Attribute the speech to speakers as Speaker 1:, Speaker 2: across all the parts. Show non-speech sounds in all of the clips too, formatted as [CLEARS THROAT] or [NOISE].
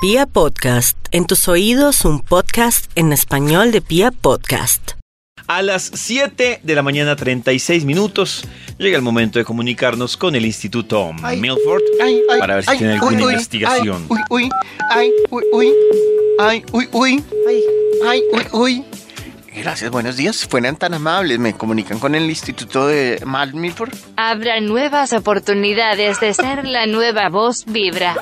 Speaker 1: Pia Podcast, en tus oídos un podcast en español de Pia Podcast.
Speaker 2: A las 7 de la mañana 36 minutos llega el momento de comunicarnos con el Instituto
Speaker 3: Ay.
Speaker 2: Milford
Speaker 3: Ay, ay,
Speaker 2: para ver si
Speaker 3: ay,
Speaker 2: tiene
Speaker 3: uy,
Speaker 2: alguna
Speaker 3: uy,
Speaker 2: investigación.
Speaker 3: Ay, uy, uy, ay, uy, uy, ay, uy, uy,
Speaker 4: Ay,
Speaker 3: ay, uy, uy. Gracias, buenos días. Fueran tan amables, me comunican con el Instituto de Mal Milford.
Speaker 4: habrá nuevas oportunidades de ser la nueva voz vibra.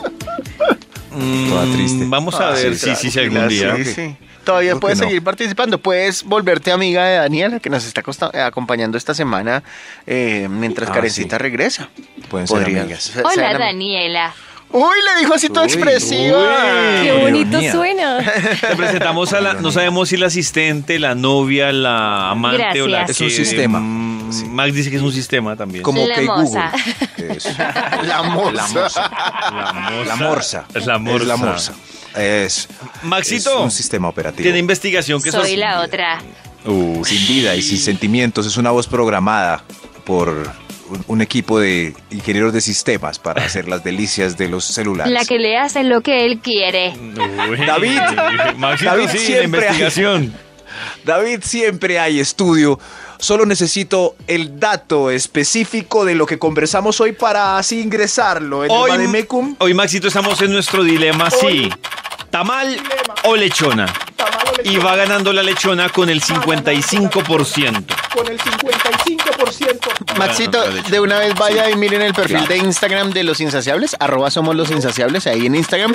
Speaker 2: Mm,
Speaker 5: Toda triste.
Speaker 2: Vamos a
Speaker 3: Ah,
Speaker 2: ver
Speaker 3: sí,
Speaker 2: si sí, sí, algún
Speaker 3: tranquila,
Speaker 2: día.
Speaker 3: sí, sí. Todavía
Speaker 5: Creo
Speaker 3: puedes
Speaker 5: que no.
Speaker 3: seguir participando, puedes volverte amiga de Daniela, que nos está costa- eh, acompañando esta semana eh, mientras
Speaker 5: Ah,
Speaker 3: Karencita
Speaker 5: sí.
Speaker 3: regresa.
Speaker 5: Pueden ser
Speaker 3: Podrías
Speaker 5: amigas.
Speaker 3: ser- ser
Speaker 4: Hola
Speaker 3: am-
Speaker 4: Daniela.
Speaker 3: Uy, le dijo así todo
Speaker 5: Uy,
Speaker 3: expresiva.
Speaker 2: uy.
Speaker 6: Qué
Speaker 5: Dios
Speaker 6: bonito
Speaker 5: mío.
Speaker 6: suena.
Speaker 2: Te presentamos a la, no sabemos si la asistente, la novia, la amante o la
Speaker 4: Gracias.
Speaker 5: Es un
Speaker 2: que,
Speaker 5: sistema.
Speaker 2: mm,
Speaker 5: Sí.
Speaker 2: Max dice que es un sistema también.
Speaker 5: Como
Speaker 4: La
Speaker 5: que
Speaker 4: moza.
Speaker 5: Google. Eso.
Speaker 4: [LAUGHS]
Speaker 3: La moza.
Speaker 5: La morsa.
Speaker 2: La morsa.
Speaker 5: La morsa.
Speaker 2: Es la morsa.
Speaker 5: Es la morsa. Es, es
Speaker 2: Maxito,
Speaker 5: un sistema operativo.
Speaker 2: tiene investigación que
Speaker 4: Soy
Speaker 2: sos-
Speaker 4: la otra.
Speaker 5: Uh, sin vida y sin sentimientos. Es una voz programada por un, un equipo de ingenieros de sistemas para hacer las delicias de los celulares.
Speaker 4: La que le hace lo que él quiere.
Speaker 2: Uy.
Speaker 5: David.
Speaker 2: [LAUGHS] Maxito,
Speaker 5: David
Speaker 2: sí, la
Speaker 5: siempre-
Speaker 2: investigación.
Speaker 5: David, siempre hay estudio. Solo necesito el dato específico de lo que conversamos hoy para así ingresarlo en el Bademecum.
Speaker 2: hoy, Maxito, estamos en nuestro dilema, sí. ¿Tamal o lechona? Y va ganando la lechona con el 55%.
Speaker 3: Maxito, de una vez vaya y miren el perfil de Instagram de Los Insaciables, arroba somos los Insaciables, ahí en Instagram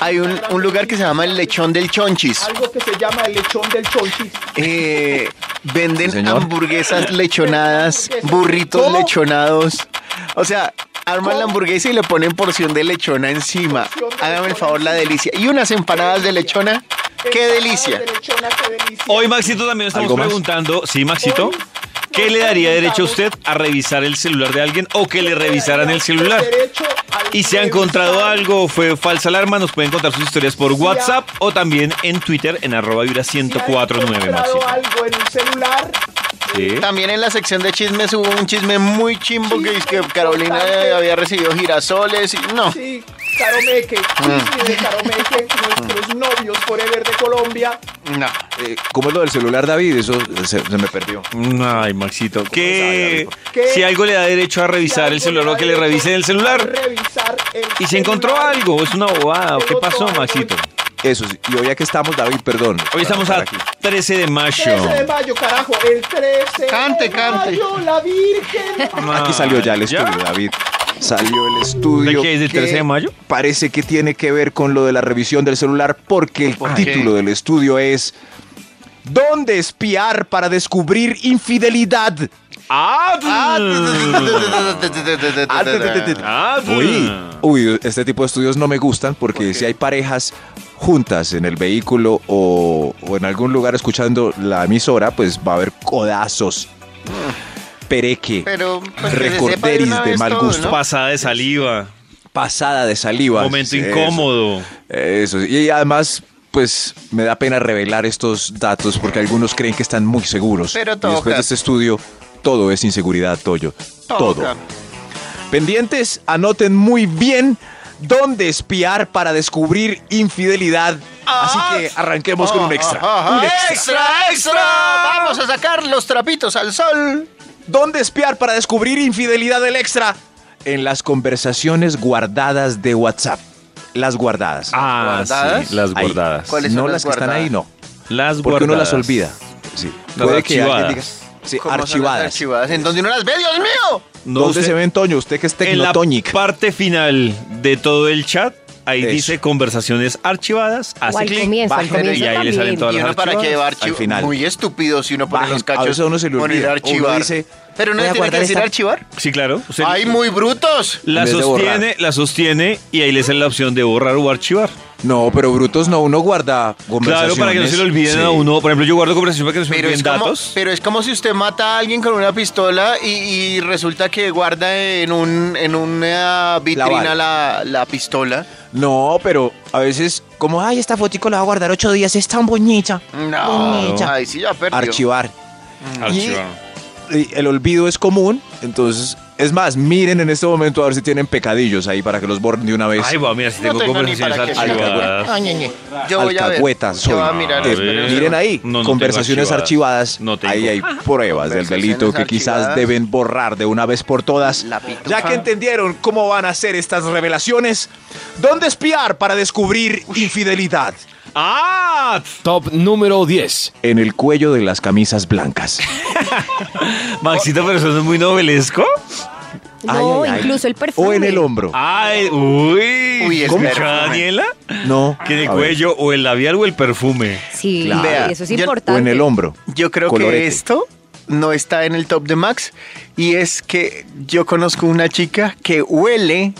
Speaker 3: hay un, un lugar que se llama el Lechón del Chonchis.
Speaker 7: Algo que se llama el lechón del chonchis.
Speaker 3: Eh, venden
Speaker 5: Sí, señor.
Speaker 3: hamburguesas lechonadas, burritos
Speaker 7: ¿Cómo?
Speaker 3: lechonados. O sea, arman la hamburguesa y le ponen porción de lechona encima. Hágame el favor, la delicia. Y unas empanadas de lechona, qué delicia.
Speaker 7: De lechona, qué delicia.
Speaker 2: Hoy, Maxito, también estamos
Speaker 5: ¿Algo más?
Speaker 2: preguntando, sí, Maxito,
Speaker 7: Hoy
Speaker 2: ¿qué
Speaker 7: nos
Speaker 2: le daría derecho a
Speaker 7: preguntamos-
Speaker 2: usted a revisar el celular de alguien o que le revisaran el celular?
Speaker 7: Derecho al
Speaker 2: Y si ha encontrado
Speaker 7: revisar.
Speaker 2: algo, fue falsa alarma, nos pueden contar sus historias por
Speaker 7: Si ha-
Speaker 2: WhatsApp o también en Twitter en arroba vibra
Speaker 7: Si ha
Speaker 2: 1049
Speaker 7: encontrado
Speaker 2: Maxito.
Speaker 7: algo en un celular.
Speaker 2: Sí.
Speaker 3: También en la sección de chismes hubo un chisme muy chimbo que dice que
Speaker 7: Chisme
Speaker 3: Carolina
Speaker 7: importante.
Speaker 3: había recibido girasoles y no.
Speaker 7: Sí, Caromeque.
Speaker 3: Mm.
Speaker 7: Chisme de Caromeque. Nuestros novios forever de Colombia.
Speaker 3: No.
Speaker 5: Eh, ¿Cómo es lo del celular, David? Eso se, se me perdió.
Speaker 2: Ay, Maxito, que
Speaker 7: ¿Qué?
Speaker 2: si algo le da derecho a revisar el celular o que le revisen el celular.
Speaker 7: Revisar el
Speaker 2: Y se encontró
Speaker 7: celular.
Speaker 2: algo, es una bobada. ¿o ¿Qué
Speaker 7: Pero
Speaker 2: pasó,
Speaker 7: todo
Speaker 2: Maxito?
Speaker 5: Eso, sí. y hoy ya que estamos, David, perdón.
Speaker 2: Hoy estamos a 13 de mayo.
Speaker 7: 13 de mayo, carajo. El 13
Speaker 3: Cante,
Speaker 7: de
Speaker 3: cante.
Speaker 7: mayo, la Virgen.
Speaker 5: Aquí salió ya el
Speaker 2: Ah, ¿Ya?
Speaker 5: estudio, David. Salió el estudio.
Speaker 2: ¿De qué es, del
Speaker 5: que
Speaker 2: 13 de mayo?
Speaker 5: Parece que tiene que ver con lo de la revisión del celular, porque el
Speaker 3: qué?
Speaker 5: título del estudio es ¿Dónde espiar para descubrir infidelidad?
Speaker 2: ¡Ah!
Speaker 3: pues,
Speaker 5: Ah, te, te, te, te.
Speaker 2: Ah,
Speaker 5: Uy, uy, este tipo de estudios no me gustan porque si hay parejas juntas en el vehículo o, o en algún lugar escuchando la emisora, pues va a haber codazos, pereque,
Speaker 3: Pero pues, que se sepa
Speaker 5: recorderis
Speaker 3: una
Speaker 5: de
Speaker 3: vez
Speaker 5: mal
Speaker 3: todo,
Speaker 5: gusto.
Speaker 3: pues, ¿no?
Speaker 2: Pasada de saliva.
Speaker 5: pasada de saliva.
Speaker 2: Momento
Speaker 5: Eso,
Speaker 2: incómodo.
Speaker 5: Eso, y además, pues me da pena revelar estos datos porque algunos creen que están muy seguros.
Speaker 3: Pero
Speaker 5: Y después
Speaker 3: toca.
Speaker 5: de este estudio, todo es inseguridad, Toyo. Todo.
Speaker 3: Toca.
Speaker 5: Pendientes, anoten muy bien dónde espiar para descubrir infidelidad. Así que
Speaker 3: Ah,
Speaker 5: arranquemos con un extra.
Speaker 3: Ajá,
Speaker 5: Un extra.
Speaker 3: ah, extra, extra. Vamos a sacar los trapitos al sol.
Speaker 5: ¿Dónde espiar para descubrir infidelidad del extra? En las conversaciones guardadas de WhatsApp. Las guardadas.
Speaker 2: Ah,
Speaker 3: ¿Guardadas?
Speaker 2: sí, las
Speaker 5: Ahí.
Speaker 2: guardadas.
Speaker 3: ¿Cuáles
Speaker 5: no
Speaker 3: son
Speaker 5: las,
Speaker 3: las
Speaker 5: que están
Speaker 3: guardadas?
Speaker 5: ahí, no.
Speaker 2: Las
Speaker 5: Porque uno
Speaker 2: guardadas.
Speaker 5: las olvida. Sí.
Speaker 2: Las
Speaker 5: Puede que alguien diga.
Speaker 2: archivadas.
Speaker 5: Sí,
Speaker 3: ¿Cómo son las
Speaker 5: archivadas.
Speaker 3: Archivadas. En donde uno las ve, Dios mío.
Speaker 2: No,
Speaker 5: ¿Dónde
Speaker 2: usted-
Speaker 5: se ven, Toño? Usted que es
Speaker 2: En la
Speaker 5: tecnotonic.
Speaker 2: parte final de todo el chat, ahí
Speaker 5: Eso.
Speaker 2: dice conversaciones archivadas.
Speaker 6: O
Speaker 2: Hace
Speaker 6: al
Speaker 2: clic,
Speaker 6: comienzo, al
Speaker 2: baja,
Speaker 6: comienzo
Speaker 2: Y ahí le salen
Speaker 6: también.
Speaker 2: todas
Speaker 3: y
Speaker 2: las
Speaker 3: uno para que
Speaker 2: archivadas.
Speaker 3: va
Speaker 5: al final.
Speaker 3: Muy estúpido si uno pone
Speaker 5: Bajen,
Speaker 3: los
Speaker 5: a
Speaker 3: cachos.
Speaker 5: veces a uno se le
Speaker 3: poner
Speaker 5: olvida.
Speaker 3: archivar.
Speaker 5: Uno dice,
Speaker 3: Pero no
Speaker 5: voy
Speaker 3: le tiene
Speaker 5: a
Speaker 3: que
Speaker 5: guardar
Speaker 3: decir
Speaker 5: esta-
Speaker 3: archivar.
Speaker 2: Sí, claro. Usted-
Speaker 3: ¡Ay, muy brutos!
Speaker 2: La
Speaker 5: En vez de
Speaker 2: sostiene,
Speaker 5: borrar.
Speaker 2: la sostiene y ahí le sale la opción de borrar o archivar.
Speaker 5: No, pero brutos no, uno guarda conversaciones.
Speaker 2: Claro, para que no se le olviden
Speaker 5: Sí.
Speaker 2: a uno. Por ejemplo, yo guardo conversaciones para que no se me
Speaker 3: Pero es,
Speaker 2: olviden
Speaker 3: como,
Speaker 2: datos.
Speaker 3: pero es como si usted mata a alguien con una pistola y, y resulta que guarda en, un, en una vitrina la, la pistola.
Speaker 5: No, pero a veces, como, ay, esta fotico la va a guardar ocho días, es tan bonita.
Speaker 3: No, ay, sí ya Mm, perdió.
Speaker 5: Archivar.
Speaker 2: Archivar.
Speaker 5: Y el olvido es común, entonces Es más, miren en este momento a ver si tienen pecadillos ahí para que los borren de una vez.
Speaker 2: Ay, va, mira, si
Speaker 3: No
Speaker 2: tengo
Speaker 3: tengo ni
Speaker 2: conversaciones
Speaker 3: para qué.
Speaker 2: archivadas.
Speaker 3: Ay, ñe, ñe. Yo voy a ver.
Speaker 5: Alcahueta soy.
Speaker 3: Yo voy a mirar.
Speaker 5: Eh,
Speaker 3: espérense.
Speaker 5: miren ahí,
Speaker 2: No, no tengo
Speaker 5: conversaciones
Speaker 2: archivadas.
Speaker 5: archivadas.
Speaker 2: No tengo. Ah.
Speaker 5: ahí hay pruebas del delito que
Speaker 3: Conversaciones
Speaker 5: quizás
Speaker 3: archivadas.
Speaker 5: deben borrar de una vez por todas.
Speaker 3: La pitufa.
Speaker 5: ya que entendieron cómo van a ser estas revelaciones, ¿dónde espiar para descubrir infidelidad?
Speaker 2: ¡Ah!
Speaker 6: Top número 10.
Speaker 5: En el cuello de las camisas
Speaker 8: [LAUGHS]
Speaker 5: blancas.
Speaker 2: Maxito, pero eso no es muy novelesco.
Speaker 8: No,
Speaker 5: Ay, ay, ay.
Speaker 8: incluso el perfume.
Speaker 5: O en el hombro.
Speaker 2: Ah, Ay, uy.
Speaker 3: Uy, el
Speaker 2: ¿Cómo?
Speaker 3: perfume.
Speaker 2: Daniela?
Speaker 5: No.
Speaker 2: Que el
Speaker 5: a ver,
Speaker 2: cuello o el labial o el perfume.
Speaker 8: Sí,
Speaker 5: Claro.
Speaker 3: Vea,
Speaker 8: eso es
Speaker 3: yo- o en
Speaker 8: importante.
Speaker 5: O en el hombro.
Speaker 3: Yo creo que
Speaker 5: Colorete.
Speaker 3: esto no está en el top de Max y es que yo conozco una chica que huele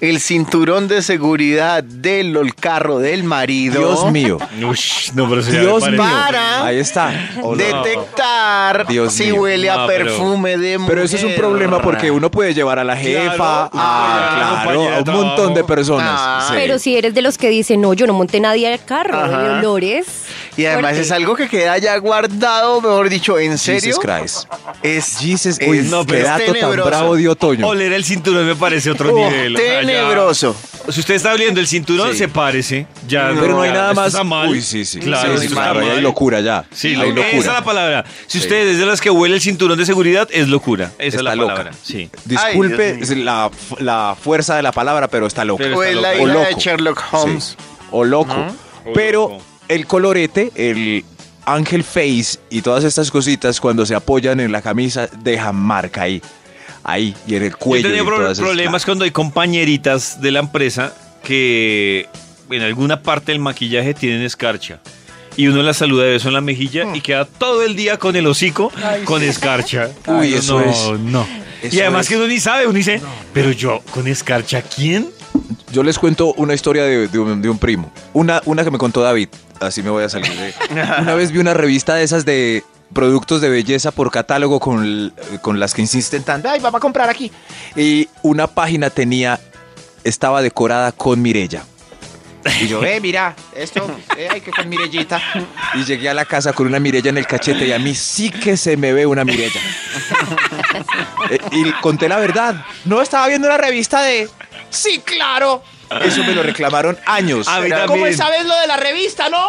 Speaker 3: el cinturón de seguridad del ol- carro del marido.
Speaker 5: Dios mío.
Speaker 2: Ush, no, pero eso ya me
Speaker 5: Dios
Speaker 2: parece-
Speaker 5: mío.
Speaker 3: Para
Speaker 5: Ahí está.
Speaker 3: Detectar
Speaker 5: Dios
Speaker 3: si
Speaker 5: mío.
Speaker 3: huele a
Speaker 2: No, pero-
Speaker 3: perfume de mujer.
Speaker 5: Pero eso es un problema porque uno puede llevar a la jefa,
Speaker 2: Claro,
Speaker 5: a,
Speaker 2: a la
Speaker 5: claro,
Speaker 2: compañera
Speaker 5: a
Speaker 2: de
Speaker 5: un montón de
Speaker 2: trabajo.
Speaker 5: personas.
Speaker 3: Ah,
Speaker 5: Sí.
Speaker 8: Pero si eres de los que dicen, no, yo no monté nadie al carro,
Speaker 3: Ajá.
Speaker 8: de olores.
Speaker 3: Y además
Speaker 8: fuerte.
Speaker 3: es algo que queda ya guardado, mejor dicho, ¿en serio?
Speaker 5: Jesus Christ.
Speaker 3: Es
Speaker 5: Jesus, uy,
Speaker 3: es-
Speaker 5: no,
Speaker 3: es
Speaker 5: pero dato tan
Speaker 3: tenebroso.
Speaker 5: bravo dio Toño.
Speaker 2: Oler el cinturón me parece otro
Speaker 5: [LAUGHS]
Speaker 3: Oh,
Speaker 2: nivel. o sea, ya-
Speaker 3: tenebroso.
Speaker 2: si usted está oliendo el cinturón, se parece. Ya,
Speaker 5: pero no hay
Speaker 2: ya,
Speaker 5: nada
Speaker 2: esto
Speaker 5: más.
Speaker 2: está mal.
Speaker 5: Uy, sí, sí.
Speaker 2: Claro,
Speaker 5: Sí, sí,
Speaker 2: esto está
Speaker 5: claro, ahí
Speaker 2: mal.
Speaker 5: hay locura ya.
Speaker 2: Sí,
Speaker 5: hay
Speaker 2: lo- esa es la
Speaker 5: locura.
Speaker 2: palabra. Si usted es de las que huele el cinturón de seguridad, es locura. Esa es
Speaker 5: Está
Speaker 2: la
Speaker 5: loca.
Speaker 2: palabra. Sí.
Speaker 3: Ay,
Speaker 5: Disculpe
Speaker 3: Dios
Speaker 5: la, la fuerza de la palabra, pero está loco.
Speaker 2: Pero
Speaker 3: O es la
Speaker 5: O
Speaker 3: hija de
Speaker 5: loco.
Speaker 3: Sherlock Holmes.
Speaker 5: O loco.
Speaker 2: O
Speaker 5: Pero
Speaker 2: loco.
Speaker 5: el colorete, el ángel face y todas estas cositas cuando se apoyan en la camisa dejan marca ahí. Ahí y en el cuello.
Speaker 2: Yo
Speaker 5: y
Speaker 2: tenía
Speaker 5: en
Speaker 2: pro-
Speaker 5: todas esas-
Speaker 2: problemas cuando hay compañeritas de la empresa que en alguna parte del maquillaje tienen escarcha. Y uno las saluda de beso en la mejilla
Speaker 5: Mm.
Speaker 2: y queda todo el día con el hocico con escarcha.
Speaker 5: [LAUGHS] Uy,
Speaker 2: Ay,
Speaker 5: eso
Speaker 2: no,
Speaker 5: es.
Speaker 2: No. y
Speaker 5: Eso
Speaker 2: además
Speaker 5: es.
Speaker 2: que uno ni sabe, uno dice, pero yo, ¿con escarcha quién?
Speaker 5: Yo les cuento una historia de, de un, de un primo. Una, una que me contó David. Así me voy a salir. de- Una vez vi una revista de esas de productos de belleza por catálogo con, l- con las que insisten tanto. Ay, vamos a comprar aquí. Y una página tenía, estaba decorada con Mirella. Y yo, eh, mira, esto, eh, ay, que con Mirellita. Y llegué a la casa con una Mirella en el cachete y a mí sí que se me ve una Mirella. Eh, y conté la verdad. No, estaba viendo una revista de... Sí, claro. Eso me lo reclamaron años.
Speaker 2: A mí
Speaker 5: Era-
Speaker 2: también.
Speaker 7: Pues, ¿Sabes lo de la revista, no?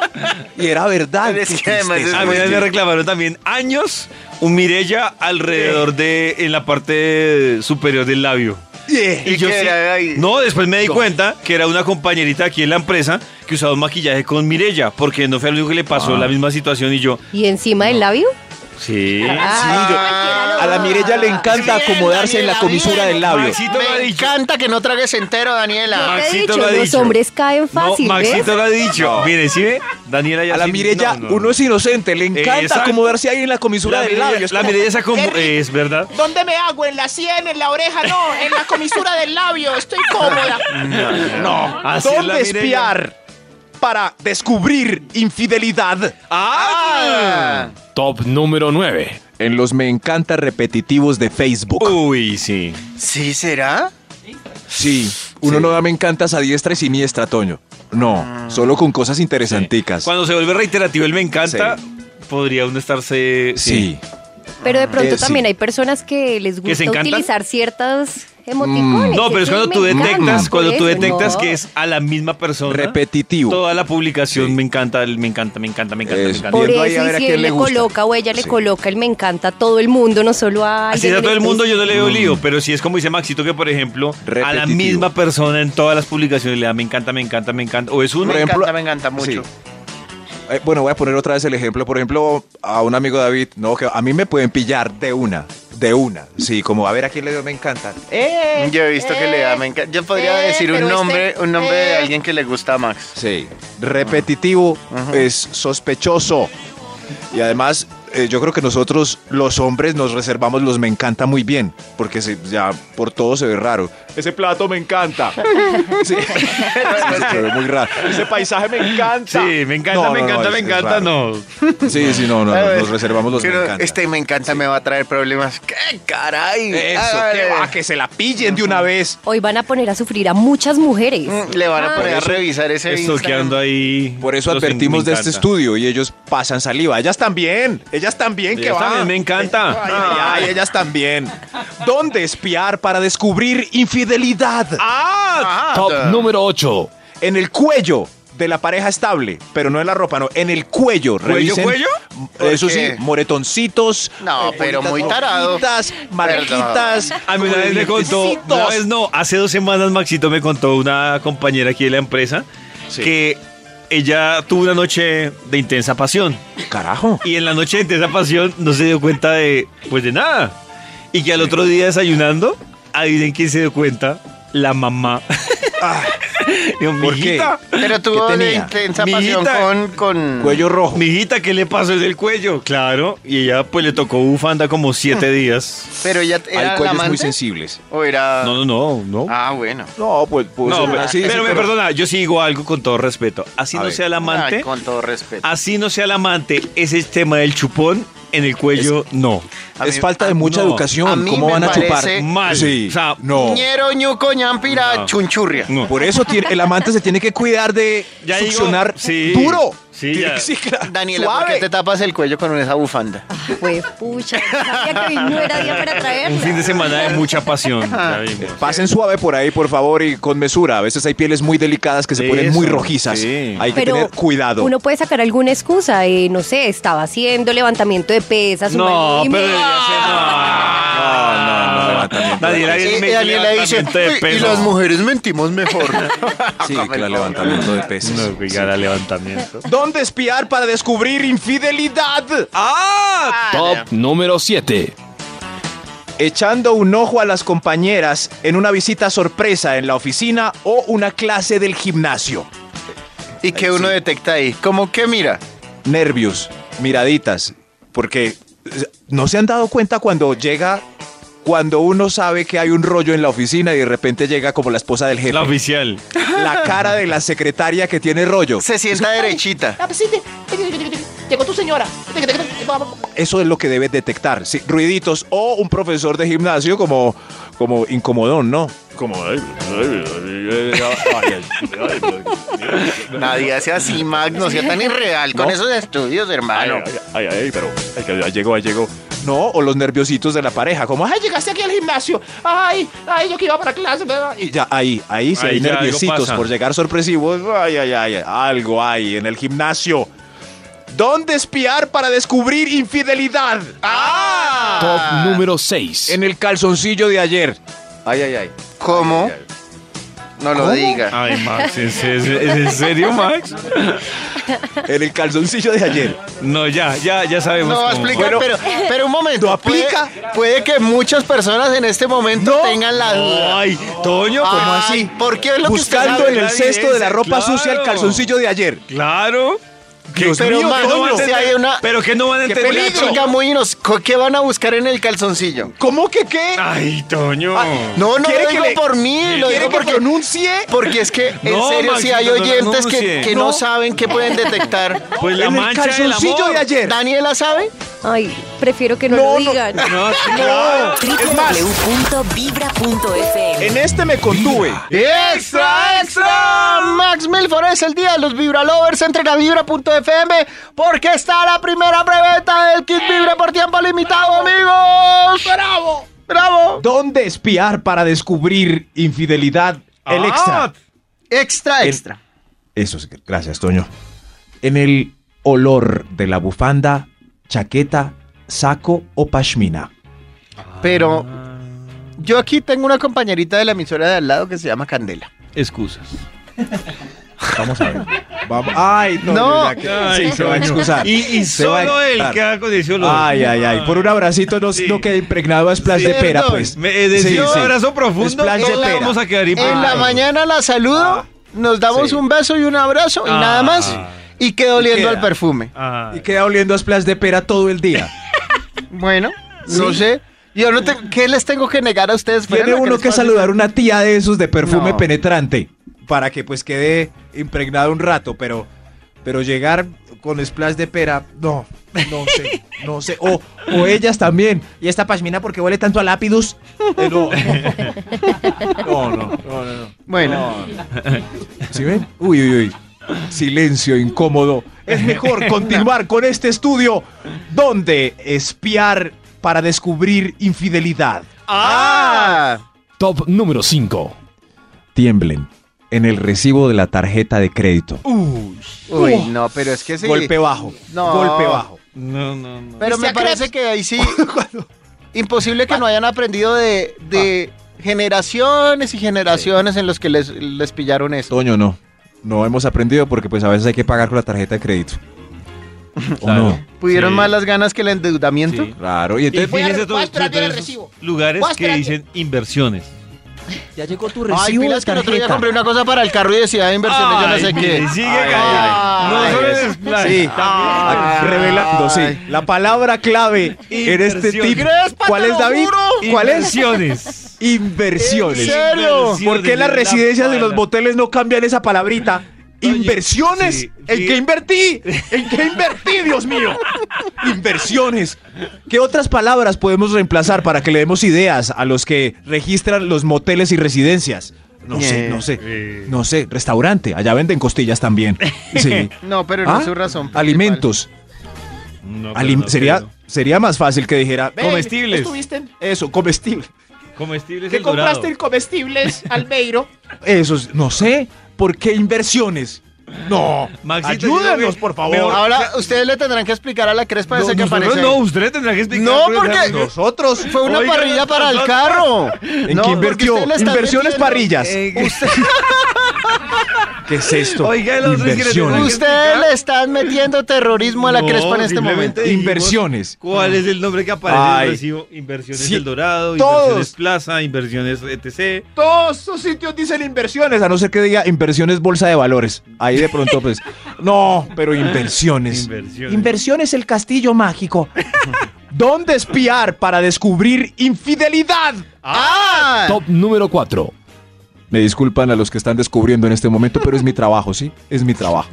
Speaker 5: Y era verdad.
Speaker 3: Es
Speaker 5: Qué
Speaker 3: que además
Speaker 5: tristeza.
Speaker 2: A mí me reclamaron también años un Mirella alrededor de, en la parte superior del labio.
Speaker 3: ¿Y qué
Speaker 2: sí-
Speaker 3: era? Ay.
Speaker 2: no, después me di cuenta que era una compañerita aquí en la empresa que usaba un maquillaje con Mirella, porque no fue al único que le pasó la misma situación y yo,
Speaker 8: Ah. Y encima del labio. Ah,
Speaker 2: sí.
Speaker 8: Ay,
Speaker 5: yo-
Speaker 8: cualquiera lo
Speaker 5: a la
Speaker 8: va.
Speaker 5: Mirella le encanta
Speaker 3: Bien,
Speaker 5: acomodarse en la
Speaker 3: Daniela,
Speaker 5: comisura
Speaker 3: bien.
Speaker 5: del labio.
Speaker 2: Maxito lo ha
Speaker 3: Me
Speaker 2: dicho.
Speaker 3: encanta que no tragues entero, Daniela.
Speaker 8: Yo te he
Speaker 2: Maxito
Speaker 8: dicho,
Speaker 2: lo ha
Speaker 8: los
Speaker 2: dicho.
Speaker 8: hombres caen fácil,
Speaker 2: no, Maxito
Speaker 8: ¿ves?
Speaker 2: lo ha dicho. Mire, ¿sí ve? Daniela ya
Speaker 5: A la
Speaker 2: sí-
Speaker 5: Mirella,
Speaker 2: no, no, no.
Speaker 5: uno es inocente, le encanta
Speaker 2: Exacto.
Speaker 5: acomodarse ahí en la comisura
Speaker 2: La
Speaker 5: del
Speaker 2: Mirella,
Speaker 5: labio. Es
Speaker 2: la
Speaker 5: como-
Speaker 2: Mirella esa como- es verdad.
Speaker 7: ¿Dónde me hago? ¿En la sien? ¿En la oreja? No, en la comisura del labio. Estoy cómoda.
Speaker 5: No,
Speaker 2: Así es la
Speaker 5: ¿dónde
Speaker 2: Mirella.
Speaker 5: espiar para descubrir infidelidad?
Speaker 2: ¡Ah!
Speaker 6: Top número 9.
Speaker 5: En los me encanta repetitivos de Facebook.
Speaker 2: Uy, sí.
Speaker 3: ¿Sí será?
Speaker 5: sí, uno no da me encantas a diestra y siniestra, Toño. No, solo con cosas interesanticas.
Speaker 2: Ah. Cuando se vuelve reiterativo el me encanta, podría uno estarse...
Speaker 5: Sí.
Speaker 8: Pero de pronto
Speaker 5: Eh, sí.
Speaker 8: también hay personas que les
Speaker 2: ¿Que se
Speaker 8: gusta
Speaker 2: encantan? Mm.
Speaker 8: utilizar ciertos emoticones.
Speaker 2: No, pero es
Speaker 8: que
Speaker 2: cuando tú
Speaker 8: me encantan,
Speaker 2: detectas, cuando
Speaker 8: por
Speaker 2: tú
Speaker 8: eso,
Speaker 2: detectas
Speaker 8: no.
Speaker 2: que es a la misma persona.
Speaker 5: Repetitivo.
Speaker 2: Toda la publicación
Speaker 5: Sí.
Speaker 2: me encanta, el- me encanta, me encanta, me encanta, me
Speaker 5: Eso.
Speaker 2: encanta.
Speaker 8: Por
Speaker 5: viendo
Speaker 8: eso,
Speaker 5: ahí a
Speaker 8: y
Speaker 5: ver a
Speaker 8: si
Speaker 5: quién
Speaker 8: él
Speaker 5: le
Speaker 8: le
Speaker 5: gusta.
Speaker 8: coloca o ella le
Speaker 5: Sí.
Speaker 8: coloca el me encanta a todo el mundo, no solo a...
Speaker 2: Así
Speaker 8: alguien
Speaker 2: sea todo el
Speaker 8: en
Speaker 2: mundo, yo no le veo lío, pero si es como dice Maxito que, por ejemplo, a la
Speaker 5: Mm. Repetitivo.
Speaker 2: misma persona en todas las publicaciones le da me encanta, me encanta, me encanta, o es uno.
Speaker 5: Por
Speaker 3: Me
Speaker 5: ejemplo-
Speaker 3: encanta, me encanta mucho.
Speaker 5: Sí. Eh, bueno, voy a poner otra vez el ejemplo. Por ejemplo, a un amigo David, no, que a mí me pueden pillar de una, de una. Sí, como a ver a quién le dio me encanta.
Speaker 9: Eh.
Speaker 3: Yo he visto que le da, me encanta. Yo podría
Speaker 8: eh,
Speaker 3: decir un
Speaker 8: pero este-
Speaker 3: nombre, un nombre de
Speaker 8: eh.
Speaker 3: alguien que le gusta a Max.
Speaker 5: Sí. Repetitivo es sospechoso. Y además, eh, yo creo que nosotros, los hombres, nos reservamos los me encanta muy bien, porque se- ya por todo se ve raro. Ese plato me encanta. Sí. [LAUGHS] se ve muy raro. Ese paisaje me
Speaker 2: Sí,
Speaker 5: encanta.
Speaker 2: me encanta,
Speaker 5: No,
Speaker 2: me
Speaker 5: no, no,
Speaker 2: encanta,
Speaker 5: es-
Speaker 2: me
Speaker 5: es
Speaker 2: encanta,
Speaker 5: raro.
Speaker 2: no.
Speaker 5: Sí, sí, no, no, no,
Speaker 3: Ay,
Speaker 5: nos reservamos los me
Speaker 3: pero
Speaker 5: encanta.
Speaker 3: Este me encanta, me va a traer problemas. ¡Qué caray!
Speaker 5: Eso,
Speaker 3: Ah,
Speaker 5: que va, que se la pillen de una vez.
Speaker 8: Hoy van a poner a sufrir a muchas mujeres.
Speaker 3: mm, Le van a
Speaker 8: Ah.
Speaker 3: poner a revisar ese
Speaker 2: Estoqueando
Speaker 3: Instagram.
Speaker 2: ahí.
Speaker 5: Por eso
Speaker 2: los me-
Speaker 5: advertimos
Speaker 2: me
Speaker 5: de este
Speaker 2: encanta.
Speaker 5: estudio y ellos pasan saliva. Ellas también. Ellas ellas también, que
Speaker 2: Ellas
Speaker 5: va.
Speaker 2: también, me encanta.
Speaker 5: Ay, ay, ay, ellas también. ¿Dónde espiar para descubrir infidelidad?
Speaker 2: ¡Ah!
Speaker 6: Top número 8.
Speaker 5: En el cuello de la pareja estable, pero no en la ropa, no, en el cuello.
Speaker 2: ¿Cuello,
Speaker 5: Revisen,
Speaker 2: cuello?
Speaker 5: Eso
Speaker 3: ¿Por
Speaker 5: sí,
Speaker 3: qué?
Speaker 5: moretoncitos.
Speaker 3: No,
Speaker 5: eh,
Speaker 3: pero
Speaker 5: bonitas
Speaker 3: muy tarado.
Speaker 5: hojitas, marquitas.
Speaker 2: A mí una vez Ah, me contó,
Speaker 5: dientecitos.
Speaker 2: una vez no, hace dos semanas Maxito me contó una compañera aquí de la empresa que ella tuvo una noche de intensa pasión
Speaker 5: Carajo.
Speaker 2: y en la noche de intensa pasión no se dio cuenta de, pues de nada. Y que al otro día desayunando, adivinen quién se dio cuenta, la mamá. [LAUGHS] Digo,
Speaker 5: Ah. ¿Por qué?
Speaker 2: "Mijita,
Speaker 3: Pero tuvo
Speaker 5: ¿Qué
Speaker 3: una
Speaker 5: tenía?
Speaker 3: intensa
Speaker 2: Mijita.
Speaker 3: pasión con, con-
Speaker 2: Mm.
Speaker 5: Cuello rojo.
Speaker 2: Mijita, ¿qué le pasó desde el cuello? Claro, y ella pues le tocó bufanda como
Speaker 5: Ah.
Speaker 2: siete días.
Speaker 3: Pero ella era
Speaker 5: Hay
Speaker 3: la
Speaker 5: cuellos muy
Speaker 3: amante.
Speaker 5: sensibles.
Speaker 3: O era.
Speaker 2: No, no, no, no.
Speaker 3: Ah, bueno.
Speaker 5: No, pues, pues
Speaker 2: No, pero,
Speaker 5: así es,
Speaker 2: pero me
Speaker 5: pero-
Speaker 2: perdona, yo sí digo algo con todo respeto. Así
Speaker 5: A
Speaker 2: no
Speaker 5: ver.
Speaker 2: sea el amante,
Speaker 3: Ay, con todo respeto.
Speaker 2: así no sea el amante, ese tema del chupón en el cuello, no.
Speaker 3: A
Speaker 5: es
Speaker 3: mí-
Speaker 5: falta de mucha
Speaker 2: eh, no.
Speaker 5: educación.
Speaker 3: A mí
Speaker 5: ¿Cómo
Speaker 3: me
Speaker 5: van a chupar?
Speaker 3: parece-
Speaker 2: Mal.
Speaker 5: Sí.
Speaker 2: O sea,
Speaker 5: no.
Speaker 3: Ñero, ñuco, ñampira,
Speaker 2: No.
Speaker 3: chunchurria.
Speaker 2: No.
Speaker 5: Por eso tiene- el amante se tiene que cuidar de
Speaker 2: [LAUGHS] Ya digo,
Speaker 5: succionar
Speaker 2: sí.
Speaker 5: duro.
Speaker 2: Sí,
Speaker 5: Tiene
Speaker 2: ya.
Speaker 5: que- sí, claro.
Speaker 3: Daniela,
Speaker 5: Suave.
Speaker 3: ¿por qué te tapas el cuello con esa bufanda?
Speaker 8: Pues pucha, sabía que hoy no era día para traerla.
Speaker 2: Un fin de semana de mucha pasión. ya vimos.
Speaker 5: Pasen suave por ahí, por favor, y con mesura. A veces hay pieles muy delicadas que se ponen
Speaker 2: Eso,
Speaker 5: muy rojizas.
Speaker 2: sí.
Speaker 5: Hay que tener cuidado.
Speaker 8: uno puede sacar alguna excusa, eh, no sé, estaba haciendo levantamiento de pesas.
Speaker 2: No,
Speaker 8: humano, y
Speaker 2: pero
Speaker 8: me-
Speaker 2: debería ser-
Speaker 5: No, no, no,
Speaker 2: no.
Speaker 5: levantamiento de
Speaker 2: Daniela,
Speaker 5: pesas.
Speaker 2: es
Speaker 3: Y,
Speaker 2: me-
Speaker 3: y Eh, Daniela dice,
Speaker 2: levantamiento de
Speaker 3: "Uy, y
Speaker 2: pesas".
Speaker 3: las mujeres mentimos mejor.
Speaker 5: Sí, claro, levantamiento de pesas.
Speaker 2: No, Vergara, levantamiento.
Speaker 5: ¿Dónde espiar para descubrir infidelidad?
Speaker 2: ¡Ah!
Speaker 6: Top número 7.
Speaker 5: Echando un ojo a las compañeras en una visita sorpresa en la oficina o una clase del gimnasio.
Speaker 3: Y que uno detecta ahí. Como que mira,
Speaker 5: nervios, miraditas, porque eh, no se han dado cuenta cuando llega, cuando uno sabe que hay un rollo en la oficina y de repente llega como la esposa del jefe,
Speaker 2: La
Speaker 5: la,
Speaker 2: oficial.
Speaker 5: cara de la secretaria que tiene rollo.
Speaker 3: se sienta derechita.
Speaker 9: Ah, pues sí, te- Llegó tu señora.
Speaker 5: Eso es lo que debes detectar, sí, ruiditos o un profesor de gimnasio como, como incomodón, ¿no?
Speaker 3: Nadie hace así, Mac, no sea tan irreal con esos estudios,
Speaker 2: Ah,
Speaker 3: hermano.
Speaker 5: No, o los nerviositos de la pareja, como ay,
Speaker 9: Llegaste aquí al gimnasio. Ay, ay, yo que iba para clase. ¿verdad?
Speaker 5: y ya ahí, ahí sí
Speaker 2: Ahí
Speaker 5: hay
Speaker 2: ya algo
Speaker 5: nerviositos
Speaker 2: pasa.
Speaker 5: por llegar sorpresivos. Ay, ay, ay, algo hay en el gimnasio. ¿Dónde espiar para descubrir infidelidad? ¡Ah!
Speaker 6: Top número 6.
Speaker 5: En el calzoncillo de ayer.
Speaker 3: Ay, ay, ay. ¿Cómo? No lo diga.
Speaker 2: Ay, Max, ¿es, es, es en serio, Max?
Speaker 5: En el calzoncillo
Speaker 2: [LAUGHS]
Speaker 5: de ayer.
Speaker 2: No, ya, ya, ya sabemos.
Speaker 3: No va a
Speaker 2: cómo.
Speaker 3: explicar, pero, pero un momento.
Speaker 5: ¿No
Speaker 3: puede-
Speaker 5: aplica?
Speaker 3: Puede, que muchas personas en este momento tengan la duda.
Speaker 2: Ay, Toño, ¿cómo
Speaker 3: Ay,
Speaker 2: así?
Speaker 3: ¿Por qué es lo que usted
Speaker 5: Buscando
Speaker 3: sabe?
Speaker 5: en el
Speaker 2: la
Speaker 5: cesto de la
Speaker 2: evidencia,
Speaker 5: ropa sucia el
Speaker 2: claro.
Speaker 5: calzoncillo de ayer.
Speaker 2: Claro. ¿Qué-
Speaker 5: Dios
Speaker 3: mío,
Speaker 2: ¿qué
Speaker 3: Toño.
Speaker 2: van a
Speaker 3: Si
Speaker 2: entender?
Speaker 3: hay una-
Speaker 2: Pero que no van a
Speaker 3: Qué
Speaker 2: entender.
Speaker 3: película muy inoc- co- ¿Qué van a buscar en el calzoncillo?
Speaker 5: ¿Cómo que qué?
Speaker 2: Ay, Toño.
Speaker 5: Ah,
Speaker 3: No, no
Speaker 5: ¿Quiere
Speaker 3: lo
Speaker 5: que
Speaker 3: digo
Speaker 5: le-
Speaker 3: por mí, lo
Speaker 5: ¿Quiere
Speaker 3: digo
Speaker 5: que
Speaker 3: porque,
Speaker 5: pronuncie?
Speaker 3: porque es que en
Speaker 2: No,
Speaker 3: serio si
Speaker 2: Maxito,
Speaker 3: hay
Speaker 2: no lo
Speaker 3: oyentes que,
Speaker 2: anuncie.
Speaker 3: que no.
Speaker 5: No.
Speaker 3: saben qué pueden detectar.
Speaker 2: Pues la
Speaker 5: en el
Speaker 2: mancha del
Speaker 5: calzoncillo
Speaker 2: amor.
Speaker 5: de ayer.
Speaker 3: ¿Daniela sabe?
Speaker 8: Ay, prefiero que no,
Speaker 5: No,
Speaker 8: lo
Speaker 5: no.
Speaker 8: digan.
Speaker 2: No,
Speaker 5: No. Es más,
Speaker 1: www.vibra.fm
Speaker 5: en este me contuve.
Speaker 3: ¡Extra, extra! Max Milford es el día de los Vibra Lovers. Entren a vibra.fm porque está la primera preventa del Kit Vibra por tiempo limitado, amigos. ¡Bravo! ¡Bravo!
Speaker 5: ¿Dónde espiar para descubrir infidelidad?
Speaker 2: Ah.
Speaker 5: El extra.
Speaker 3: Extra,
Speaker 5: El-
Speaker 3: extra.
Speaker 5: Eso sí, gracias, Toño. En el olor de la bufanda, chaqueta, saco o pashmina.
Speaker 3: Pero
Speaker 5: Ah.
Speaker 3: yo aquí tengo una compañerita de la emisora de al lado que se llama Candela.
Speaker 2: Excusas.
Speaker 5: Vamos a ver. Vamos. Ay, no,
Speaker 3: No.
Speaker 5: ya que- sí, se va a excusar.
Speaker 2: Y, y
Speaker 5: Se va a
Speaker 2: solo él
Speaker 5: excusar.
Speaker 2: que haga con ese olor.
Speaker 5: Ay, ay, ay. Por un abracito no,
Speaker 2: Ah. Sí.
Speaker 5: no queda impregnado a splash de pera,
Speaker 3: Perdón,
Speaker 5: pues.
Speaker 2: Me eh, decía
Speaker 5: Sí,
Speaker 2: un
Speaker 5: sí.
Speaker 2: abrazo profundo.
Speaker 5: Splash de
Speaker 2: no
Speaker 5: pera.
Speaker 2: vamos a quedar
Speaker 3: En la
Speaker 2: impregnados.
Speaker 3: mañana la saludo,
Speaker 5: Ah.
Speaker 3: nos damos
Speaker 5: Sí.
Speaker 3: un beso y un abrazo y
Speaker 2: Ah.
Speaker 3: nada más. Y queda oliendo
Speaker 5: queda.
Speaker 3: al perfume.
Speaker 2: Ay.
Speaker 5: Y queda oliendo a splash de pera todo el [LAUGHS] día.
Speaker 3: Bueno, no sé. Yo no te- ¿Qué les tengo que negar a ustedes? Fuera
Speaker 5: Tiene
Speaker 3: lo
Speaker 5: uno
Speaker 3: les
Speaker 5: que
Speaker 3: pase.
Speaker 5: saludar una tía de esos de perfume
Speaker 3: No.
Speaker 5: penetrante para que pues quede impregnado un rato, pero pero llegar con splash de pera, no, no sé, no sé. O, o ellas también. ¿Y esta pashmina porque huele tanto a lápidus? Eh, no. No, no, no, no, no.
Speaker 3: Bueno,
Speaker 5: ¿Sí ven? Uy, uy, uy. Silencio incómodo es [LAUGHS] mejor continuar con este estudio donde espiar para descubrir infidelidad.
Speaker 3: ¡Ah!
Speaker 6: Top número 5.
Speaker 5: Tiemblen en el recibo de la tarjeta de crédito.
Speaker 3: Uy, no, pero es que sí.
Speaker 5: Golpe bajo.
Speaker 3: No.
Speaker 5: Golpe bajo.
Speaker 2: No, no, no.
Speaker 3: Pero me parece que ahí
Speaker 5: [LAUGHS]
Speaker 3: sí. imposible
Speaker 5: Ah.
Speaker 3: que no hayan aprendido de, de generaciones y generaciones en los que les, les pillaron eso.
Speaker 5: Toño, no. No hemos aprendido porque pues a veces hay que pagar con la tarjeta de crédito. ¿O
Speaker 2: Claro.
Speaker 5: no?
Speaker 3: ¿Pudieron
Speaker 2: Sí.
Speaker 3: más las ganas que el endeudamiento?
Speaker 2: Sí.
Speaker 5: Claro. Y
Speaker 2: Y
Speaker 5: entonces,
Speaker 2: fíjense todo-
Speaker 9: voy a esperar
Speaker 2: todo
Speaker 9: bien el
Speaker 2: esos
Speaker 9: recibo.
Speaker 2: lugares
Speaker 9: Voy a
Speaker 2: que
Speaker 9: esperar
Speaker 2: dicen inversiones.
Speaker 10: Ya llegó tu
Speaker 3: Ay,
Speaker 10: recibo de
Speaker 3: pilas que el otro día
Speaker 10: tarjeta.
Speaker 3: compré una cosa para el carro y decía de inversiones, yo no sé
Speaker 2: Ay,
Speaker 3: qué.
Speaker 2: mire, sigue
Speaker 3: Ay,
Speaker 2: cayendo.
Speaker 3: ay,
Speaker 2: No solo
Speaker 3: ay,
Speaker 2: en el plan,
Speaker 5: Sí.
Speaker 2: también.
Speaker 5: Ah,
Speaker 3: Ay.
Speaker 5: revelando, sí. La palabra clave en este
Speaker 2: Inversión.
Speaker 5: tipo.
Speaker 3: Crespa,
Speaker 5: ¿Cuál
Speaker 3: te
Speaker 5: es,
Speaker 3: lo
Speaker 5: David?
Speaker 3: juro.
Speaker 5: ¿Cuál es? [LAUGHS]
Speaker 2: Inversiones.
Speaker 5: Inversiones.
Speaker 3: ¿En serio?
Speaker 5: ¿Por qué las residencias de los boteles no cambian esa palabrita?
Speaker 2: [LAUGHS] Oye,
Speaker 5: Inversiones.
Speaker 2: sí, sí.
Speaker 5: ¿En qué invertí? ¿En qué invertí,
Speaker 2: [LAUGHS]
Speaker 5: Dios mío? Inversiones. ¿Qué otras palabras podemos reemplazar para que le demos ideas a los que registran los moteles y residencias? No sé, no sé. No sé, restaurante. Allá venden
Speaker 2: [LAUGHS]
Speaker 5: costillas también. Sí.
Speaker 3: No, pero no
Speaker 5: ¿Ah?
Speaker 3: es su razón. principal.
Speaker 5: Alimentos.
Speaker 2: No, pero
Speaker 5: Alim-
Speaker 2: no
Speaker 5: sería,
Speaker 2: creo.
Speaker 5: sería más fácil que dijera
Speaker 9: Ven,
Speaker 2: Comestibles.
Speaker 9: ¿Estuviste? en-
Speaker 5: eso, comestible.
Speaker 2: Comestibles
Speaker 9: ¿Qué
Speaker 2: el
Speaker 9: compraste en
Speaker 2: dorado.
Speaker 9: comestibles, Albeiro?
Speaker 5: Eso, es- no sé. ¿Por qué inversiones? No.
Speaker 2: Maxito,
Speaker 5: ayúdenos,
Speaker 2: ayúdame.
Speaker 5: por favor.
Speaker 2: Mejor-
Speaker 3: Ahora ustedes le tendrán que explicar a la Crespa
Speaker 2: No,
Speaker 3: ese que
Speaker 2: nosotros
Speaker 3: aparece.
Speaker 2: no,
Speaker 3: ahí.
Speaker 2: usted tendrá que explicar.
Speaker 3: No, porque-
Speaker 5: Nosotros.
Speaker 3: Fue una
Speaker 2: Oigan,
Speaker 3: parrilla para el
Speaker 2: nosotros-
Speaker 3: carro.
Speaker 5: ¿En
Speaker 3: No,
Speaker 5: qué
Speaker 3: porque
Speaker 5: invirtió?
Speaker 3: ustedes le están
Speaker 5: Inversiones
Speaker 3: metiendo-
Speaker 5: parrillas.
Speaker 3: [LAUGHS]
Speaker 5: ¿Qué es esto?
Speaker 2: Oiga, el otro es que le tengo que-
Speaker 5: inversiones.
Speaker 3: Ustedes le están metiendo terrorismo a la
Speaker 2: No,
Speaker 3: Crespa en este
Speaker 2: simplemente
Speaker 3: momento.
Speaker 2: dijimos
Speaker 5: Inversiones.
Speaker 2: ¿Cuál es el nombre que aparece en
Speaker 5: Ay.
Speaker 2: el recibo? Inversiones
Speaker 5: Sí,
Speaker 2: El Dorado,
Speaker 5: todos.
Speaker 2: Inversiones Plaza, Inversiones E ETC.
Speaker 5: Todos esos sitios dicen inversiones, a no ser que diga inversiones bolsa de valores. Ahí de pronto, pues. No, pero inversiones.
Speaker 2: Inversiones.
Speaker 5: Inversiones el castillo mágico. ¿Dónde espiar para descubrir infidelidad?
Speaker 3: ¡Ah!
Speaker 6: Top número 4.
Speaker 5: Me disculpan a los que están descubriendo en este momento, pero es mi trabajo, ¿sí? Es mi trabajo.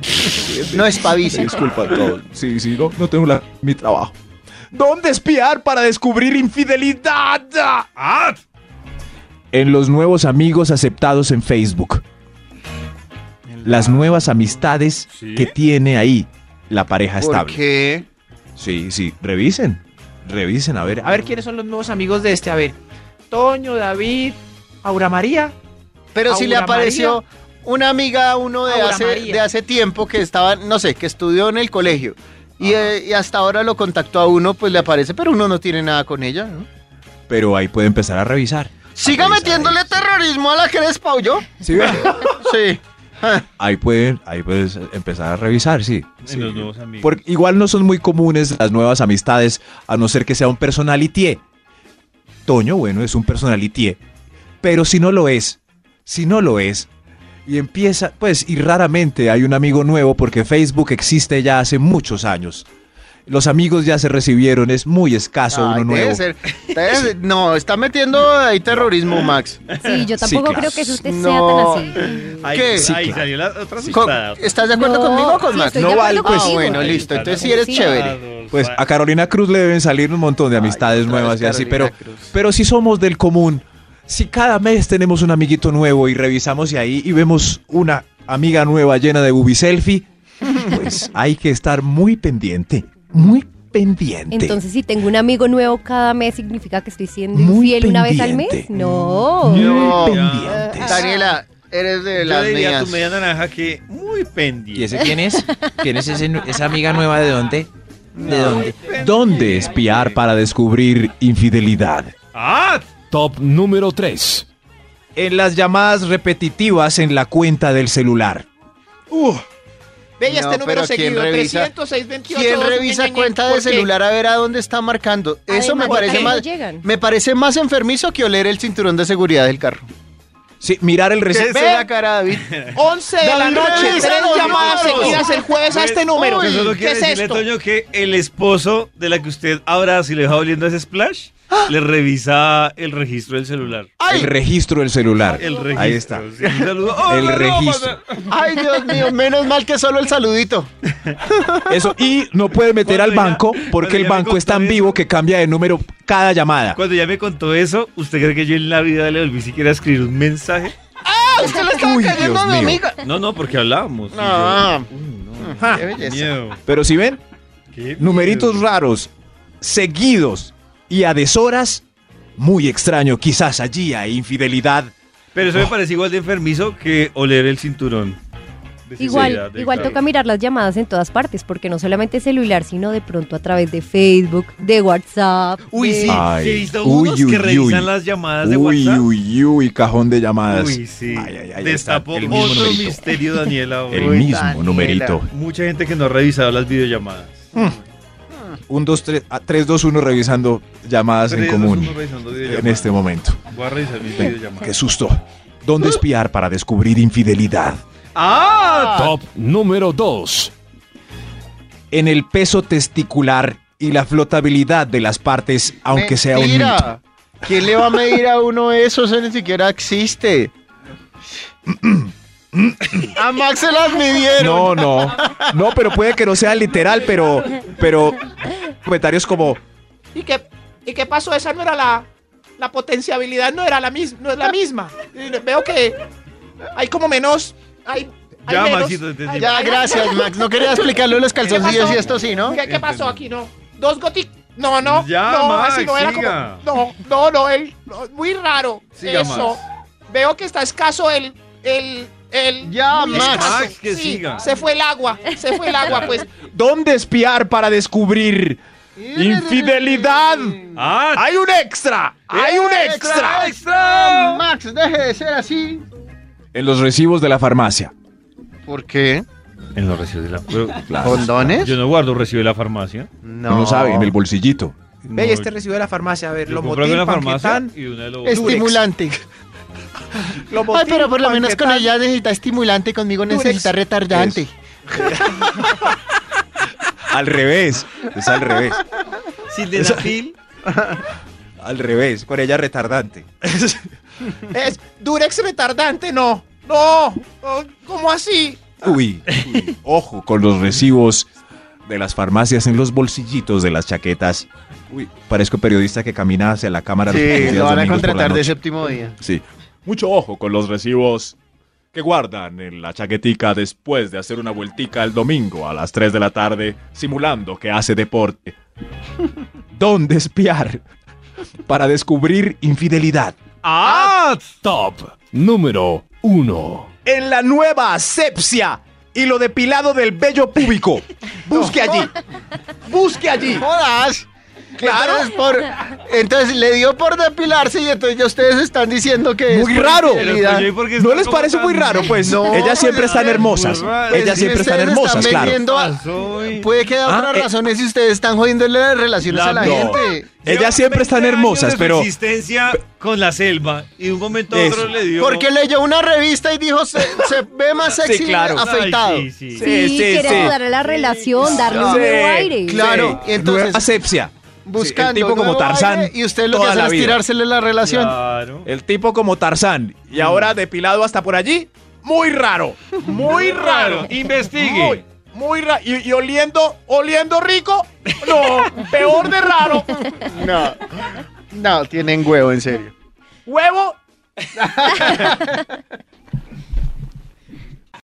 Speaker 3: No espavisen.
Speaker 5: Disculpa a todos. Sí, sí, no, no tengo la- mi trabajo. ¿Dónde espiar para descubrir infidelidad?
Speaker 2: ¡Ah!
Speaker 5: En los nuevos amigos aceptados en Facebook. Las nuevas amistades
Speaker 2: ¿Sí?
Speaker 5: que tiene ahí la pareja
Speaker 3: ¿Por
Speaker 5: estable.
Speaker 3: qué?
Speaker 5: Sí, sí, revisen. Revisen, a ver.
Speaker 9: A ver quiénes son los nuevos amigos de este. A ver, Toño, David, Aura María.
Speaker 3: Pero si le
Speaker 9: Aura
Speaker 3: apareció una amiga a uno de
Speaker 9: Aura
Speaker 3: hace,
Speaker 9: María.
Speaker 3: de hace tiempo que estaba, no sé, que estudió en el colegio. Y, eh, y hasta ahora lo contactó a uno, pues le aparece, pero uno no tiene nada con ella. ¿no?
Speaker 5: Pero ahí puede empezar a revisar.
Speaker 3: Siga metiéndole terrorismo a la Crespa, ¿o yo?
Speaker 5: ¿Sí ven?
Speaker 3: Sí.
Speaker 5: Ahí pueden, ahí puedes empezar a revisar, sí.
Speaker 2: En
Speaker 5: sí.
Speaker 2: los nuevos amigos.
Speaker 5: Porque igual no son muy comunes las nuevas amistades, a no ser que sea un personalité. Toño, bueno, es un personalité. Pero si no lo es, si no lo es, y empieza, pues, y raramente hay un amigo nuevo porque Facebook existe ya hace muchos años. Los amigos ya se recibieron, es muy escaso
Speaker 3: Ay,
Speaker 5: Ah, uno
Speaker 3: Ah, debe
Speaker 5: nuevo.
Speaker 3: ser- debe ser- no, está metiendo ahí terrorismo, Max.
Speaker 8: Sí, yo
Speaker 5: Sí,
Speaker 8: tampoco
Speaker 5: claro.
Speaker 8: creo que eso usted
Speaker 3: No.
Speaker 8: sea tan así.
Speaker 2: Ay,
Speaker 3: ¿Qué?
Speaker 2: sí, Ahí
Speaker 5: claro.
Speaker 2: salió la otra
Speaker 3: Co-
Speaker 2: asustada.
Speaker 3: ¿Estás de acuerdo
Speaker 8: No,
Speaker 3: conmigo o con
Speaker 8: sí,
Speaker 3: Max?
Speaker 8: estoy de
Speaker 5: No vale,
Speaker 8: acuerdo
Speaker 5: pues.
Speaker 3: Ah,
Speaker 8: contigo.
Speaker 3: bueno, listo. Entonces sí eres
Speaker 8: Sí.
Speaker 3: chévere.
Speaker 5: Pues a Carolina Cruz le deben salir un montón de amistades
Speaker 3: otra vez
Speaker 5: nuevas y así, pero,
Speaker 3: Carolina Cruz.
Speaker 5: pero si somos del común, si cada mes tenemos un amiguito nuevo y revisamos y ahí y vemos una amiga nueva llena de bubi selfie,
Speaker 3: [LAUGHS]
Speaker 5: pues hay que estar muy pendiente, muy pendiente.
Speaker 8: Entonces, si tengo un amigo nuevo cada mes, ¿significa que estoy siendo
Speaker 5: Muy
Speaker 8: infiel una vez al
Speaker 5: pendiente.
Speaker 8: mes?
Speaker 2: Mm.
Speaker 8: No.
Speaker 5: muy
Speaker 3: No. Ah.
Speaker 5: pendientes.
Speaker 3: Daniela, eres de
Speaker 2: Yo
Speaker 3: las
Speaker 2: le diría a
Speaker 3: mías.
Speaker 2: tu media naranja que muy pendiente.
Speaker 10: quién es? ¿Quién es ese- esa amiga nueva de dónde? ¿De dónde?
Speaker 5: ¿Dónde espiar para descubrir infidelidad?
Speaker 2: ¡Ah!
Speaker 6: Top número 3.
Speaker 5: En las llamadas repetitivas en la cuenta del celular.
Speaker 9: Ve, ya
Speaker 3: No,
Speaker 9: este número
Speaker 3: pero ¿quién
Speaker 9: seguido,
Speaker 3: revisa?
Speaker 9: 306, 28.
Speaker 3: ¿Quién revisa cuenta de celular a ver a dónde está marcando? Eso me
Speaker 8: Además,
Speaker 3: parece
Speaker 8: ¿por qué
Speaker 3: más,
Speaker 8: no llegan?
Speaker 3: me parece más enfermizo que oler el cinturón de seguridad del carro.
Speaker 5: Sí, mirar el
Speaker 3: Esa
Speaker 5: recibo.
Speaker 3: es la cara, [LAUGHS] David.
Speaker 9: 11 de la
Speaker 3: David,
Speaker 9: noche,
Speaker 3: revisa
Speaker 9: tres
Speaker 3: los
Speaker 9: llamadas
Speaker 3: números.
Speaker 9: seguidas el
Speaker 5: Pues
Speaker 9: jueves a
Speaker 2: Pues,
Speaker 9: este número.
Speaker 2: Uy, solo
Speaker 9: ¿Qué
Speaker 2: quiero
Speaker 9: es
Speaker 2: decirle,
Speaker 9: esto?
Speaker 2: Toño, que el esposo de la que usted abraza y le deja oliendo ese splash,
Speaker 5: ¡Ah!
Speaker 2: le revisa el registro del celular.
Speaker 5: El registro del celular.
Speaker 2: El registro.
Speaker 5: Ahí está.
Speaker 2: sí, un saludo. ¡Oh,
Speaker 5: El
Speaker 2: no, no,
Speaker 5: registro.
Speaker 2: pasa!
Speaker 3: Ay, Dios mío, menos mal que solo el saludito.
Speaker 5: Eso, y no puede meter al
Speaker 2: Cuando ya-
Speaker 5: banco porque
Speaker 2: cuando
Speaker 5: el
Speaker 2: ya me
Speaker 5: banco es tan
Speaker 2: contó
Speaker 5: vivo
Speaker 2: eso.
Speaker 5: que cambia de número cada llamada.
Speaker 2: Cuando ya me contó eso, ¿usted cree que yo en la vida le volví siquiera a escribir un mensaje?
Speaker 5: Uy, Dios mío.
Speaker 2: No, no, porque hablábamos. y yo-
Speaker 5: Ah.
Speaker 3: No.
Speaker 2: Uy, no.
Speaker 5: Ja.
Speaker 3: Qué belleza.
Speaker 5: Pero si ven, numeritos raros, seguidos y a deshoras, muy extraño. Quizás allí hay infidelidad.
Speaker 2: Pero eso me parece igual de enfermizo que oler el cinturón. De sinceridad,
Speaker 8: Igual,
Speaker 2: de
Speaker 8: igual
Speaker 2: claro.
Speaker 8: toca mirar las llamadas en todas partes, porque no solamente celular, sino de pronto a través de Facebook, de WhatsApp.
Speaker 2: Uy,
Speaker 8: de-
Speaker 2: sí,
Speaker 5: Ay,
Speaker 2: he visto
Speaker 5: uy,
Speaker 2: unos
Speaker 5: uy,
Speaker 2: que revisan
Speaker 5: uy.
Speaker 2: las llamadas de
Speaker 5: uy,
Speaker 2: WhatsApp.
Speaker 5: uy, uy, cajón de llamadas.
Speaker 2: Uy, sí.
Speaker 5: Ay, ay, ay,
Speaker 2: Destapó
Speaker 5: ahí está, el mismo
Speaker 2: otro
Speaker 5: numerito.
Speaker 2: misterio, Daniela.
Speaker 5: El
Speaker 2: hoy.
Speaker 5: mismo
Speaker 3: Daniela.
Speaker 5: numerito.
Speaker 2: Mucha gente que no ha revisado las videollamadas.
Speaker 5: Un, dos, tres, ah, tres, dos, uno revisando llamadas en
Speaker 2: Tres, dos,
Speaker 5: común
Speaker 2: uno revisando
Speaker 5: en
Speaker 2: videollamadas.
Speaker 5: este momento.
Speaker 2: Voy a revisar mis
Speaker 5: Qué
Speaker 2: videollamadas.
Speaker 5: susto. ¿Dónde espiar para descubrir infidelidad?
Speaker 2: ¡Ah!
Speaker 6: Top número 2.
Speaker 5: En el peso testicular y la flotabilidad de las partes, aunque sea un mito.
Speaker 3: Mentira. ¿Quién le va a medir a uno eso? Eso ni siquiera existe. [CLEARS THROAT] A Max se las midieron.
Speaker 5: No, no. No, pero puede que no sea literal, pero, pero comentarios como
Speaker 9: ¿Y qué, ¿Y qué pasó? Esa no era la. La potenciabilidad no era la misma. No es la misma. Y Veo que hay como menos. Hay, hay
Speaker 2: Ya,
Speaker 9: menos.
Speaker 2: Maxito, te
Speaker 9: Hay-
Speaker 3: Ya,
Speaker 9: hay-
Speaker 3: gracias, Max. No quería explicarlo de los calzoncillos y esto sí, ¿no?
Speaker 9: ¿Qué, qué pasó aquí? No. Dos gotitas. No, no.
Speaker 2: Ya,
Speaker 9: no,
Speaker 2: Max,
Speaker 9: así no era
Speaker 2: siga.
Speaker 9: como. No, no, no. El, no, muy raro.
Speaker 2: Siga,
Speaker 9: eso. Veo que está escaso el. el el,
Speaker 3: Ya,
Speaker 9: muy
Speaker 3: Max.
Speaker 9: escaso.
Speaker 2: Max, que
Speaker 9: Sí,
Speaker 2: siga.
Speaker 9: Se fue el agua, se fue el agua, pues.
Speaker 5: ¿Dónde espiar para descubrir infidelidad?
Speaker 2: ¡Ah!
Speaker 5: Hay un extra, hay un extra.
Speaker 2: ¡Extra!
Speaker 3: Max, deje de ser así.
Speaker 5: En los recibos de la farmacia.
Speaker 3: ¿Por qué?
Speaker 2: En los recibos de la
Speaker 5: Claro.
Speaker 3: ¿Condones?
Speaker 2: Yo no guardo recibo de la farmacia.
Speaker 5: No lo sabe, en el bolsillito.
Speaker 9: Ve,
Speaker 2: No,
Speaker 9: este recibo de la farmacia, a ver,
Speaker 2: yo
Speaker 9: lo
Speaker 2: compro algo
Speaker 9: motín,
Speaker 2: en la farmacia
Speaker 9: panquetán,
Speaker 2: y una de los
Speaker 5: [LAUGHS]
Speaker 3: Estimulante. Ay, pero por lo menos con ella necesita estimulante, conmigo
Speaker 9: Durex.
Speaker 3: necesita retardante.
Speaker 5: Al revés, es al revés,
Speaker 2: Sildenafil.
Speaker 5: al revés, con ella [LAUGHS] retardante.
Speaker 9: Es Durex retardante, no. No, no, ¿cómo así?
Speaker 5: Uy, uy, ojo con los recibos de las farmacias en los bolsillitos de las chaquetas. Uy, parezco periodista que camina hacia la cámara. los días domingos por la noche.
Speaker 3: séptimo día.
Speaker 5: Sí. Mucho ojo con los recibos que guardan en la chaquetica después de hacer una vueltica el domingo a las 3 de la tarde, simulando que hace deporte. ¿Dónde espiar? Para descubrir infidelidad.
Speaker 2: ¡Ah!
Speaker 6: Top número 1.
Speaker 5: En la nueva asepsia y lo depilado del vello púbico. Busque allí. Busque allí.
Speaker 3: ¡Jodas!
Speaker 5: Claro.
Speaker 3: Entonces, por- entonces, le dio por depilarse y entonces ya ustedes están diciendo que es
Speaker 5: Muy
Speaker 3: por
Speaker 5: raro.
Speaker 3: infidelidad.
Speaker 2: Pero, pues, ¿por qué
Speaker 5: ¿No
Speaker 2: está
Speaker 5: les
Speaker 2: como
Speaker 5: parece muy
Speaker 2: tan-
Speaker 5: raro? Pues
Speaker 3: No,
Speaker 5: [LAUGHS] ellas
Speaker 9: Oh,
Speaker 5: siempre
Speaker 3: es
Speaker 5: están
Speaker 3: muy
Speaker 5: hermosas.
Speaker 2: raro.
Speaker 5: Ellas
Speaker 3: Es que
Speaker 5: siempre están
Speaker 3: ustedes
Speaker 5: hermosas,
Speaker 3: están
Speaker 5: claro.
Speaker 3: vendiendo a-
Speaker 2: Ah, Soy-
Speaker 9: Pues,
Speaker 3: Puede que haya
Speaker 5: Ah,
Speaker 3: otras
Speaker 5: eh.
Speaker 3: razones y ustedes están jodiéndole las relaciones a la
Speaker 5: No. Ah,
Speaker 3: gente.
Speaker 5: Ellas
Speaker 2: Lleva
Speaker 5: siempre están
Speaker 2: 20 años
Speaker 5: hermosas,
Speaker 2: de
Speaker 5: pero
Speaker 2: Existencia con la selva y de un momento a
Speaker 5: Eso.
Speaker 2: otro le dio.
Speaker 3: Porque leyó una revista y dijo, se, se ve más
Speaker 5: [LAUGHS] Sí,
Speaker 3: sexy
Speaker 5: claro.
Speaker 2: Ay,
Speaker 3: afeitado.
Speaker 2: sí, sí.
Speaker 8: Sí,
Speaker 5: sí,
Speaker 8: quiere
Speaker 5: sí.
Speaker 8: ayudar a la relación, darle un
Speaker 5: Sí,
Speaker 8: nuevo aire.
Speaker 3: Claro,
Speaker 5: sí.
Speaker 3: entonces-
Speaker 5: Nueva asepsia.
Speaker 3: Buscando
Speaker 5: Sí, el tipo como
Speaker 3: nuevo
Speaker 5: Tarzán.
Speaker 3: aire, y usted lo que
Speaker 5: toda
Speaker 3: hace
Speaker 5: la
Speaker 3: es
Speaker 5: vida.
Speaker 3: tirársele la relación.
Speaker 2: Claro.
Speaker 5: El tipo como Tarzán. Y ahora depilado hasta por allí. Muy raro. Muy raro.
Speaker 2: Investigue.
Speaker 5: Muy, muy raro. Y, y oliendo, oliendo rico. No, peor de
Speaker 8: [LAUGHS]
Speaker 5: raro.
Speaker 3: No. No, tienen huevo, en serio.
Speaker 5: Huevo.